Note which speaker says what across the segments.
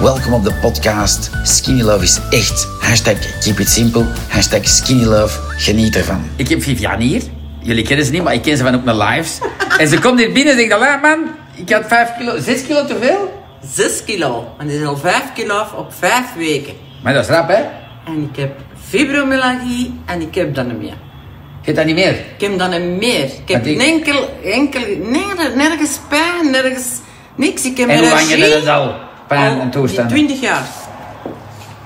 Speaker 1: Welkom op de podcast. Skinny Love is echt. Hashtag keep it simple. Hashtag skinny love. Geniet ervan.
Speaker 2: Ik heb Vivian hier. Jullie kennen ze niet, maar ik ken ze van op mijn lives. En ze komt hier binnen en zegt, "Allee, man, ik had 5 kilo, 6 kilo te veel.
Speaker 3: 6 kilo. En die is al 5 kilo af op 5 weken.
Speaker 2: Maar dat is rap, hè? Je
Speaker 3: En ik heb fibromyalgie en ik heb dat niet meer.
Speaker 2: hebt dat niet meer.
Speaker 3: Ik heb dat niet meer. Ik
Speaker 2: Maar
Speaker 3: heb
Speaker 2: die-
Speaker 3: enkel, enkel, nergens, nergens pijn, nergens niks. Ik heb
Speaker 2: En hoe lang je
Speaker 3: energie.
Speaker 2: dat al? Pijn en toestanden?
Speaker 3: 20 jaar.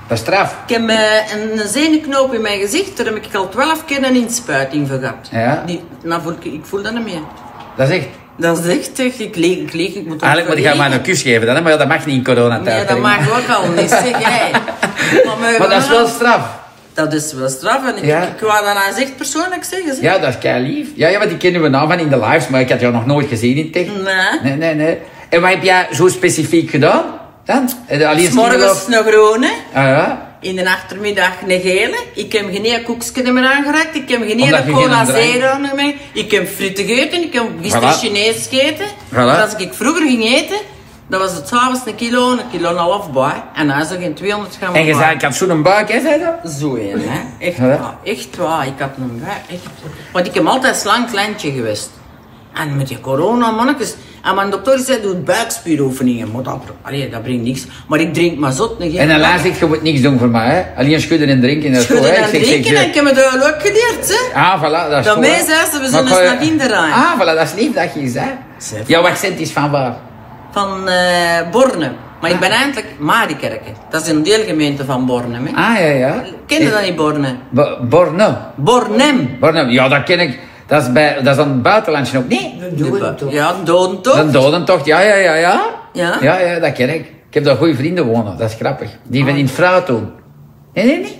Speaker 2: Dat is straf.
Speaker 3: Ik heb eh, een een zenuwknoop in mijn gezicht, daar heb ik al 12 keer een inspuiting voor gehad.
Speaker 2: Ja.
Speaker 3: Die, nou, voel ik, ik voel dat niet meer.
Speaker 2: Dat is echt.
Speaker 3: Dat is echt, echt, ik leeg, ik leeg, ik moet
Speaker 2: Eigenlijk moet ik haar maar een
Speaker 3: nog
Speaker 2: kus geven dan, hè? maar ja, dat mag niet in coronatijd.
Speaker 3: Nee, dat
Speaker 2: hè.
Speaker 3: mag ook al niet, zeg jij. Maar, mijn
Speaker 2: Maar dat is wel
Speaker 3: geheugen-
Speaker 2: straf.
Speaker 3: Dat is wel straf. En ik,
Speaker 2: Ja.
Speaker 3: ik wou dat nou echt persoonlijk zeggen. zeg.
Speaker 2: Ja, dat is kei lief. Ja, ja, want ik ken uw naam van in de lives, maar ik had jou nog nooit gezien in tech.
Speaker 3: Nee.
Speaker 2: Nee, nee, nee. En wat heb jij zo specifiek gedaan? Dan? Eh, Alleen
Speaker 3: S morgens
Speaker 2: skinny
Speaker 3: een groene,
Speaker 2: love? Ah, ja.
Speaker 3: in de achtermiddag een gele. Ik heb geen koekje meer aangeraakt. Ik heb geen
Speaker 2: Omdat je geen
Speaker 3: cola
Speaker 2: drank-
Speaker 3: zero meer. Ik heb frieten gegeten. Ik heb gisteren
Speaker 2: Voilà.
Speaker 3: Chinees gegeten.
Speaker 2: Voilà.
Speaker 3: Als ik vroeger ging eten, dan was het s'avonds een kilo, een kilo en een half bij. En dan is er geen 200 gram
Speaker 2: En je
Speaker 3: bij.
Speaker 2: zei, ik had zo'n buik, hè, zei dat?
Speaker 3: Zo een, hè. Echt
Speaker 2: Ja.
Speaker 3: waar, echt waar. Ik had een buik, echt. Want ik heb altijd slank kleintje geweest. En met die corona, mannetjes. En mijn dokter zei, doe buikspieroefeningen. Maar dat, allee, dat brengt niks. Maar ik drink maar zot. een
Speaker 2: En dan
Speaker 3: geen bak.
Speaker 2: laatst zegt, je moet niks doen voor mij, hè? Alleen schudden en drinken. Dat is
Speaker 3: Schudden
Speaker 2: goed, hè?
Speaker 3: en
Speaker 2: Ik zeg, zeg,
Speaker 3: drinken, en
Speaker 2: zeg.
Speaker 3: ik heb me dat wel ook geleerd, hè.
Speaker 2: Ah, voilà, dat is
Speaker 3: Dat
Speaker 2: goed, hè.
Speaker 3: mij zei ze, we
Speaker 2: Maar
Speaker 3: zullen
Speaker 2: kan
Speaker 3: eens
Speaker 2: je-
Speaker 3: naar kinderen.
Speaker 2: Ah, voilà, dat is lief dat je zei.
Speaker 3: Zeg.
Speaker 2: Jouw accent is van waar?
Speaker 3: Van eh Borne. Maar ik ben eigenlijk Marikerken. Dat is een deelgemeente van Borne, hè.
Speaker 2: Ah, ja, ja.
Speaker 3: Ken je dat niet, Borne?
Speaker 2: Bo- Borno.
Speaker 3: Bornem.
Speaker 2: Borno, ja, dat ken ik. Dat is, bij, dat is aan het buitenlandje ook. Nee,
Speaker 3: Ja, Dodentocht.
Speaker 2: Een dodentocht, ja, ja, ja, ja.
Speaker 3: Ja?
Speaker 2: Ja, ja, dat ken ik. Ik heb daar goede vrienden wonen, dat is grappig. Die
Speaker 3: Oh.
Speaker 2: van in Fraat doen. Nee, nee, nee.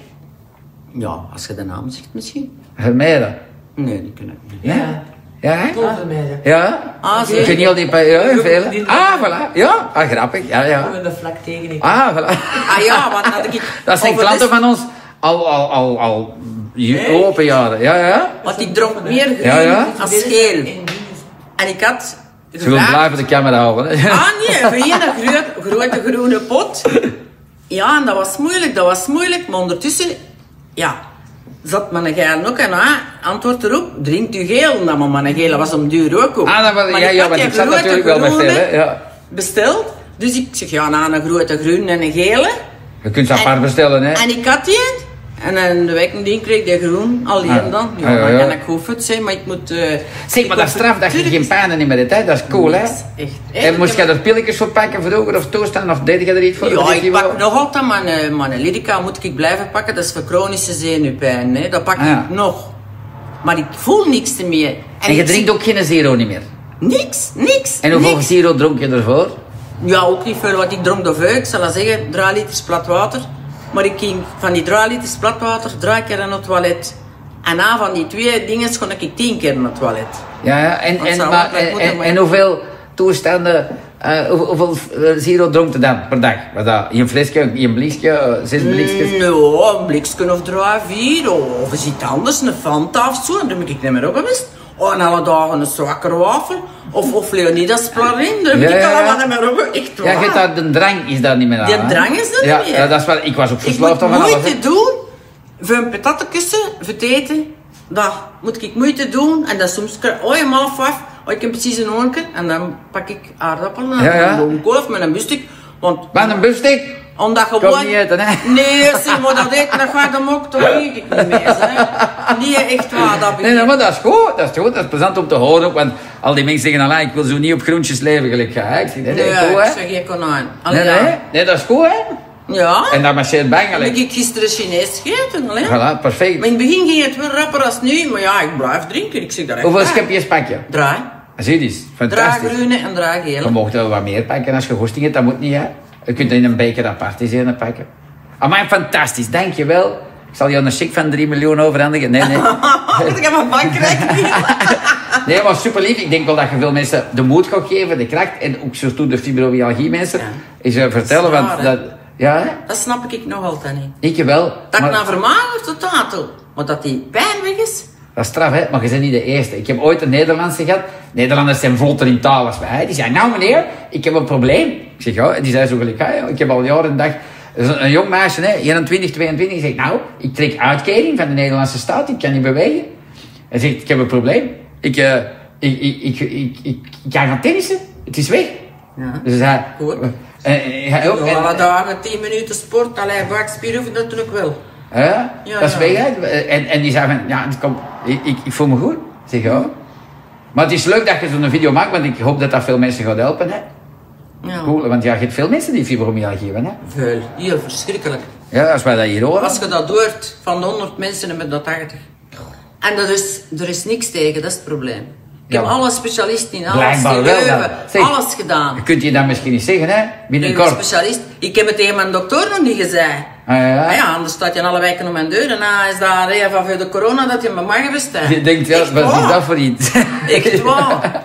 Speaker 3: Ja, als je de naam zegt misschien.
Speaker 2: Vermeiden.
Speaker 3: Nee, die kunnen ik niet.
Speaker 2: Ja. Ja, hè?
Speaker 4: Bovenmeiden.
Speaker 2: Ja?
Speaker 3: Ah,
Speaker 2: Ik
Speaker 3: zeker.
Speaker 2: ken niet al die... pa- Ja, vele.
Speaker 4: die-
Speaker 2: Ah, voilà. Ja, ah, grappig. Ja, ja.
Speaker 4: Met een vlak tegen ik.
Speaker 2: Ah, voilà.
Speaker 3: Ah ja, want had ik...
Speaker 2: Dat zijn
Speaker 3: over
Speaker 2: klanten
Speaker 3: dit-
Speaker 2: van ons al, al, al, al j- open jaren. Ja, ja.
Speaker 3: Want ik dronk meer groen
Speaker 2: Ja, ja.
Speaker 3: als geel. En ik had...
Speaker 2: Ze wil
Speaker 3: gevraagd-
Speaker 2: blijven de camera houden. hè.
Speaker 3: Ah nee, geen groot, grote groene pot. Ja, en dat was moeilijk, dat was moeilijk. Maar ondertussen, ja, zat mijn geel ook en ah, antwoord erop, drinkt u geel. Nou, maar mijn geel was om duur ook op.
Speaker 2: Ah, dat was-
Speaker 3: Maar
Speaker 2: ja,
Speaker 3: ik
Speaker 2: ja,
Speaker 3: had
Speaker 2: want
Speaker 3: die
Speaker 2: ik zat
Speaker 3: grote
Speaker 2: natuurlijk wel met
Speaker 3: groene
Speaker 2: veel, hè, ja.
Speaker 3: Besteld. Dus ik zeg, ja, nou, een grote groene en een gele.
Speaker 2: Je kunt ze apart bestellen, hè.
Speaker 3: En ik had die. En dan de week die kreeg ik de groen. Alleen
Speaker 2: Ah.
Speaker 3: dan. Ja,
Speaker 2: Ah, ja, ja.
Speaker 3: dan kan ik goed zijn, maar ik moet... eh,
Speaker 2: Zeg,
Speaker 3: ik
Speaker 2: maar
Speaker 3: moet
Speaker 2: dat is straf dat je
Speaker 3: natuurlijk-
Speaker 2: geen pijnen niet meer hebt, hè. Dat is cool, hè.
Speaker 3: Niks, echt.
Speaker 2: En
Speaker 3: Eigenlijk
Speaker 2: moest jij
Speaker 3: heb
Speaker 2: er pilletjes voor pakken vroeger of toestaan of deed je er iets voor?
Speaker 3: Ja,
Speaker 2: Of is
Speaker 3: ik
Speaker 2: die wel-
Speaker 3: pak nog altijd mijn, eh, mijn Lyrica moet ik blijven pakken. Dat is voor chronische zenuwpijn. Hè. Dat pak
Speaker 2: Ah, ja.
Speaker 3: ik nog. Maar ik voel niks meer.
Speaker 2: En je
Speaker 3: ik
Speaker 2: drinkt ook geen zero niet meer.
Speaker 3: zie Niks, niks,
Speaker 2: En hoeveel
Speaker 3: niks.
Speaker 2: zero dronk je ervoor?
Speaker 3: Ja, ook niet veel, want ik dronk de vuil. Ik zal dat zeggen, 3 liters plat water. Maar ik ging van die 3 liters plat water drie keer naar het toilet. En na van die twee dingen schoon ik tien keer naar het toilet.
Speaker 2: Ja, ja. En,
Speaker 3: Dat
Speaker 2: en,
Speaker 3: zou
Speaker 2: maar,
Speaker 3: wel gelijk
Speaker 2: en,
Speaker 3: moeten,
Speaker 2: en,
Speaker 3: maar-
Speaker 2: en hoeveel toestanden, eh, hoe- hoeveel eh, zero dronk je dan per dag? Wat dat? Een flesje, een blikje, eh, zes blikjes?
Speaker 3: Nou, een bliksken of drie, vier, of iets anders, een Fanta of zo. En dan ben ik niet meer op geweest. Oh, en alle dagen een zwakker Of, of Leonidas Plarin, daar ben
Speaker 2: Ja,
Speaker 3: ik
Speaker 2: ja, ja.
Speaker 3: allemaal niet meer op geweest. Echt
Speaker 2: Ja, je
Speaker 3: waar.
Speaker 2: hebt daar, de drang is daar niet meer aan.
Speaker 3: Die
Speaker 2: hè?
Speaker 3: drang is er
Speaker 2: ja,
Speaker 3: niet meer.
Speaker 2: Ja, dat is wel, ik was ook
Speaker 3: Ik
Speaker 2: verslaafd
Speaker 3: moet
Speaker 2: aan van alles. hè.
Speaker 3: moeite doen voor een patat kussen, voor het eten. Dat moet ik moeite doen. En dan soms krijg oh, een half af. Oh, ik heb precies een hoornke. En dan pak ik aardappelen en
Speaker 2: Ja, ja.
Speaker 3: een bloemkool of met een bustik. Want
Speaker 2: Wat een biefstuk?
Speaker 3: omdat gewoon...
Speaker 2: Komt niet eten, hè?
Speaker 3: Nee, Simon, dat eten, dat gaat hem ook toch niet. Ik niet meer, hè. Nee, echt waar, dat
Speaker 2: Nee,
Speaker 3: begin
Speaker 2: nee, maar dat is goed, dat is goed, dat is plezant om te horen ook, want al die mensen zeggen, "Allee, ik wil zo niet op groentjes leven gelijk jij, hè." Ik zeg, nee, nee, goed,
Speaker 3: ik
Speaker 2: hè.
Speaker 3: zeg, je konijn.
Speaker 2: Nee,
Speaker 3: Allee,
Speaker 2: nee, nee, dat is goed, hè.
Speaker 3: Ja. ja.
Speaker 2: En dat marcheert bang,
Speaker 3: Dan heb
Speaker 2: gelijk.
Speaker 3: ik gisteren Chinees gegeten, hè.
Speaker 2: Voilà,
Speaker 3: Maar
Speaker 2: perfect.
Speaker 3: in het begin ging het wel rapper als nu, maar ja, ik blijf drinken. Ik zeg dat echt
Speaker 2: Hoeveel
Speaker 3: waar.
Speaker 2: schepjes pak je?
Speaker 3: Draai.
Speaker 2: Ah, Zie je, is
Speaker 3: Draag
Speaker 2: fantastisch.
Speaker 3: groene en draag
Speaker 2: Je
Speaker 3: gele.
Speaker 2: mocht wel wat meer pakken als je goesting hebt, dat moet niet, hè. Je kunt er in een beker apart eens een pakken. Amai, fantastisch, dankjewel. Ik zal jou een cheque van 3 miljoen overhandigen. Nee, nee.
Speaker 3: Ik heb een bankrekening.
Speaker 2: Nee, maar super lief. Ik denk wel dat je veel mensen de moed gaat geven, de kracht. En ook zo de fibromyalgie mensen.
Speaker 3: Ja.
Speaker 2: Is eh, vertellen,
Speaker 3: Dat is
Speaker 2: want
Speaker 3: waar,
Speaker 2: dat... Ja, hè?
Speaker 3: Dat snap ik nog altijd niet.
Speaker 2: ik wel.
Speaker 3: Dat ik
Speaker 2: maar-
Speaker 3: naar vermagerd tot tatel. Maar dat die pijn weg is,
Speaker 2: Dat is straf, hè? maar je bent niet de eerste. Ik heb ooit een Nederlandse gehad. Nederlanders zijn vlotter in taal als wij. Die zei, nou meneer, ik heb een probleem. Ik zeg, ja. Die zei zo gelijk, "Ah, ja, ja, ik heb al jaren een dag... Dus een- een jong meisje, hè, 21, 22, zegt, nou, ik trek uitkering van de Nederlandse staat. Ik kan niet bewegen. Hij zegt, ik heb een probleem. Ik, eh, ik, ik, ik, ik, ik, ik ga gaan tennissen. Het is weg.
Speaker 3: Ja.
Speaker 2: Dus hij...
Speaker 3: Goed.
Speaker 2: En, en hij ook.
Speaker 3: Ja,
Speaker 2: en-
Speaker 3: wat dagen, 10 minuten sport, alleen vaak spieroefen natuurlijk wel.
Speaker 2: Hè?
Speaker 3: Ja,
Speaker 2: dat is
Speaker 3: ja.
Speaker 2: weg, hè? En, en die zei van, ja, het komt- ik, ik, ik voel me goed. Ik zeg,
Speaker 3: Mhm.
Speaker 2: ja. Maar het is leuk dat je zo'n video maakt, want ik hoop dat dat veel mensen gaat helpen, hè.
Speaker 3: Ja.
Speaker 2: Cool, want ja, je hebt veel mensen die fibromyalgie hebben, hè.
Speaker 3: Veel. Heel verschrikkelijk.
Speaker 2: Ja, als wij dat hier horen.
Speaker 3: Als je dat hoort, van de 100 mensen hebben dat 80. En dat is, er is niks tegen, dat is het probleem. Ik
Speaker 2: Ja,
Speaker 3: heb
Speaker 2: maar-
Speaker 3: alle specialisten in alles
Speaker 2: Blijkbaar wel dan.
Speaker 3: geleuven,
Speaker 2: Zeg,
Speaker 3: alles gedaan.
Speaker 2: Je kunt je dat misschien niet zeggen, hè.
Speaker 3: Ik ben
Speaker 2: Binnenkort.
Speaker 3: specialist. Ik heb het tegen mijn dokter nog niet gezegd.
Speaker 2: Ah, ja.
Speaker 3: Ah ja, anders staat je in alle wijken om mijn deur. En dan is dat reden van voor de corona dat je me mag bestellen.
Speaker 2: Je denkt, ja,
Speaker 3: Echt
Speaker 2: wat is
Speaker 3: waar.
Speaker 2: dat voor iets?
Speaker 3: Echt waar.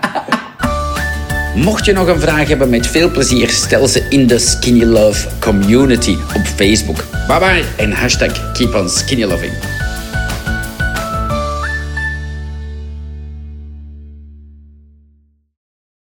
Speaker 1: Mocht je nog een vraag hebben, met veel plezier stel ze in de Skinny Love Community op Facebook. Bye bye en hashtag keep on skinny loving.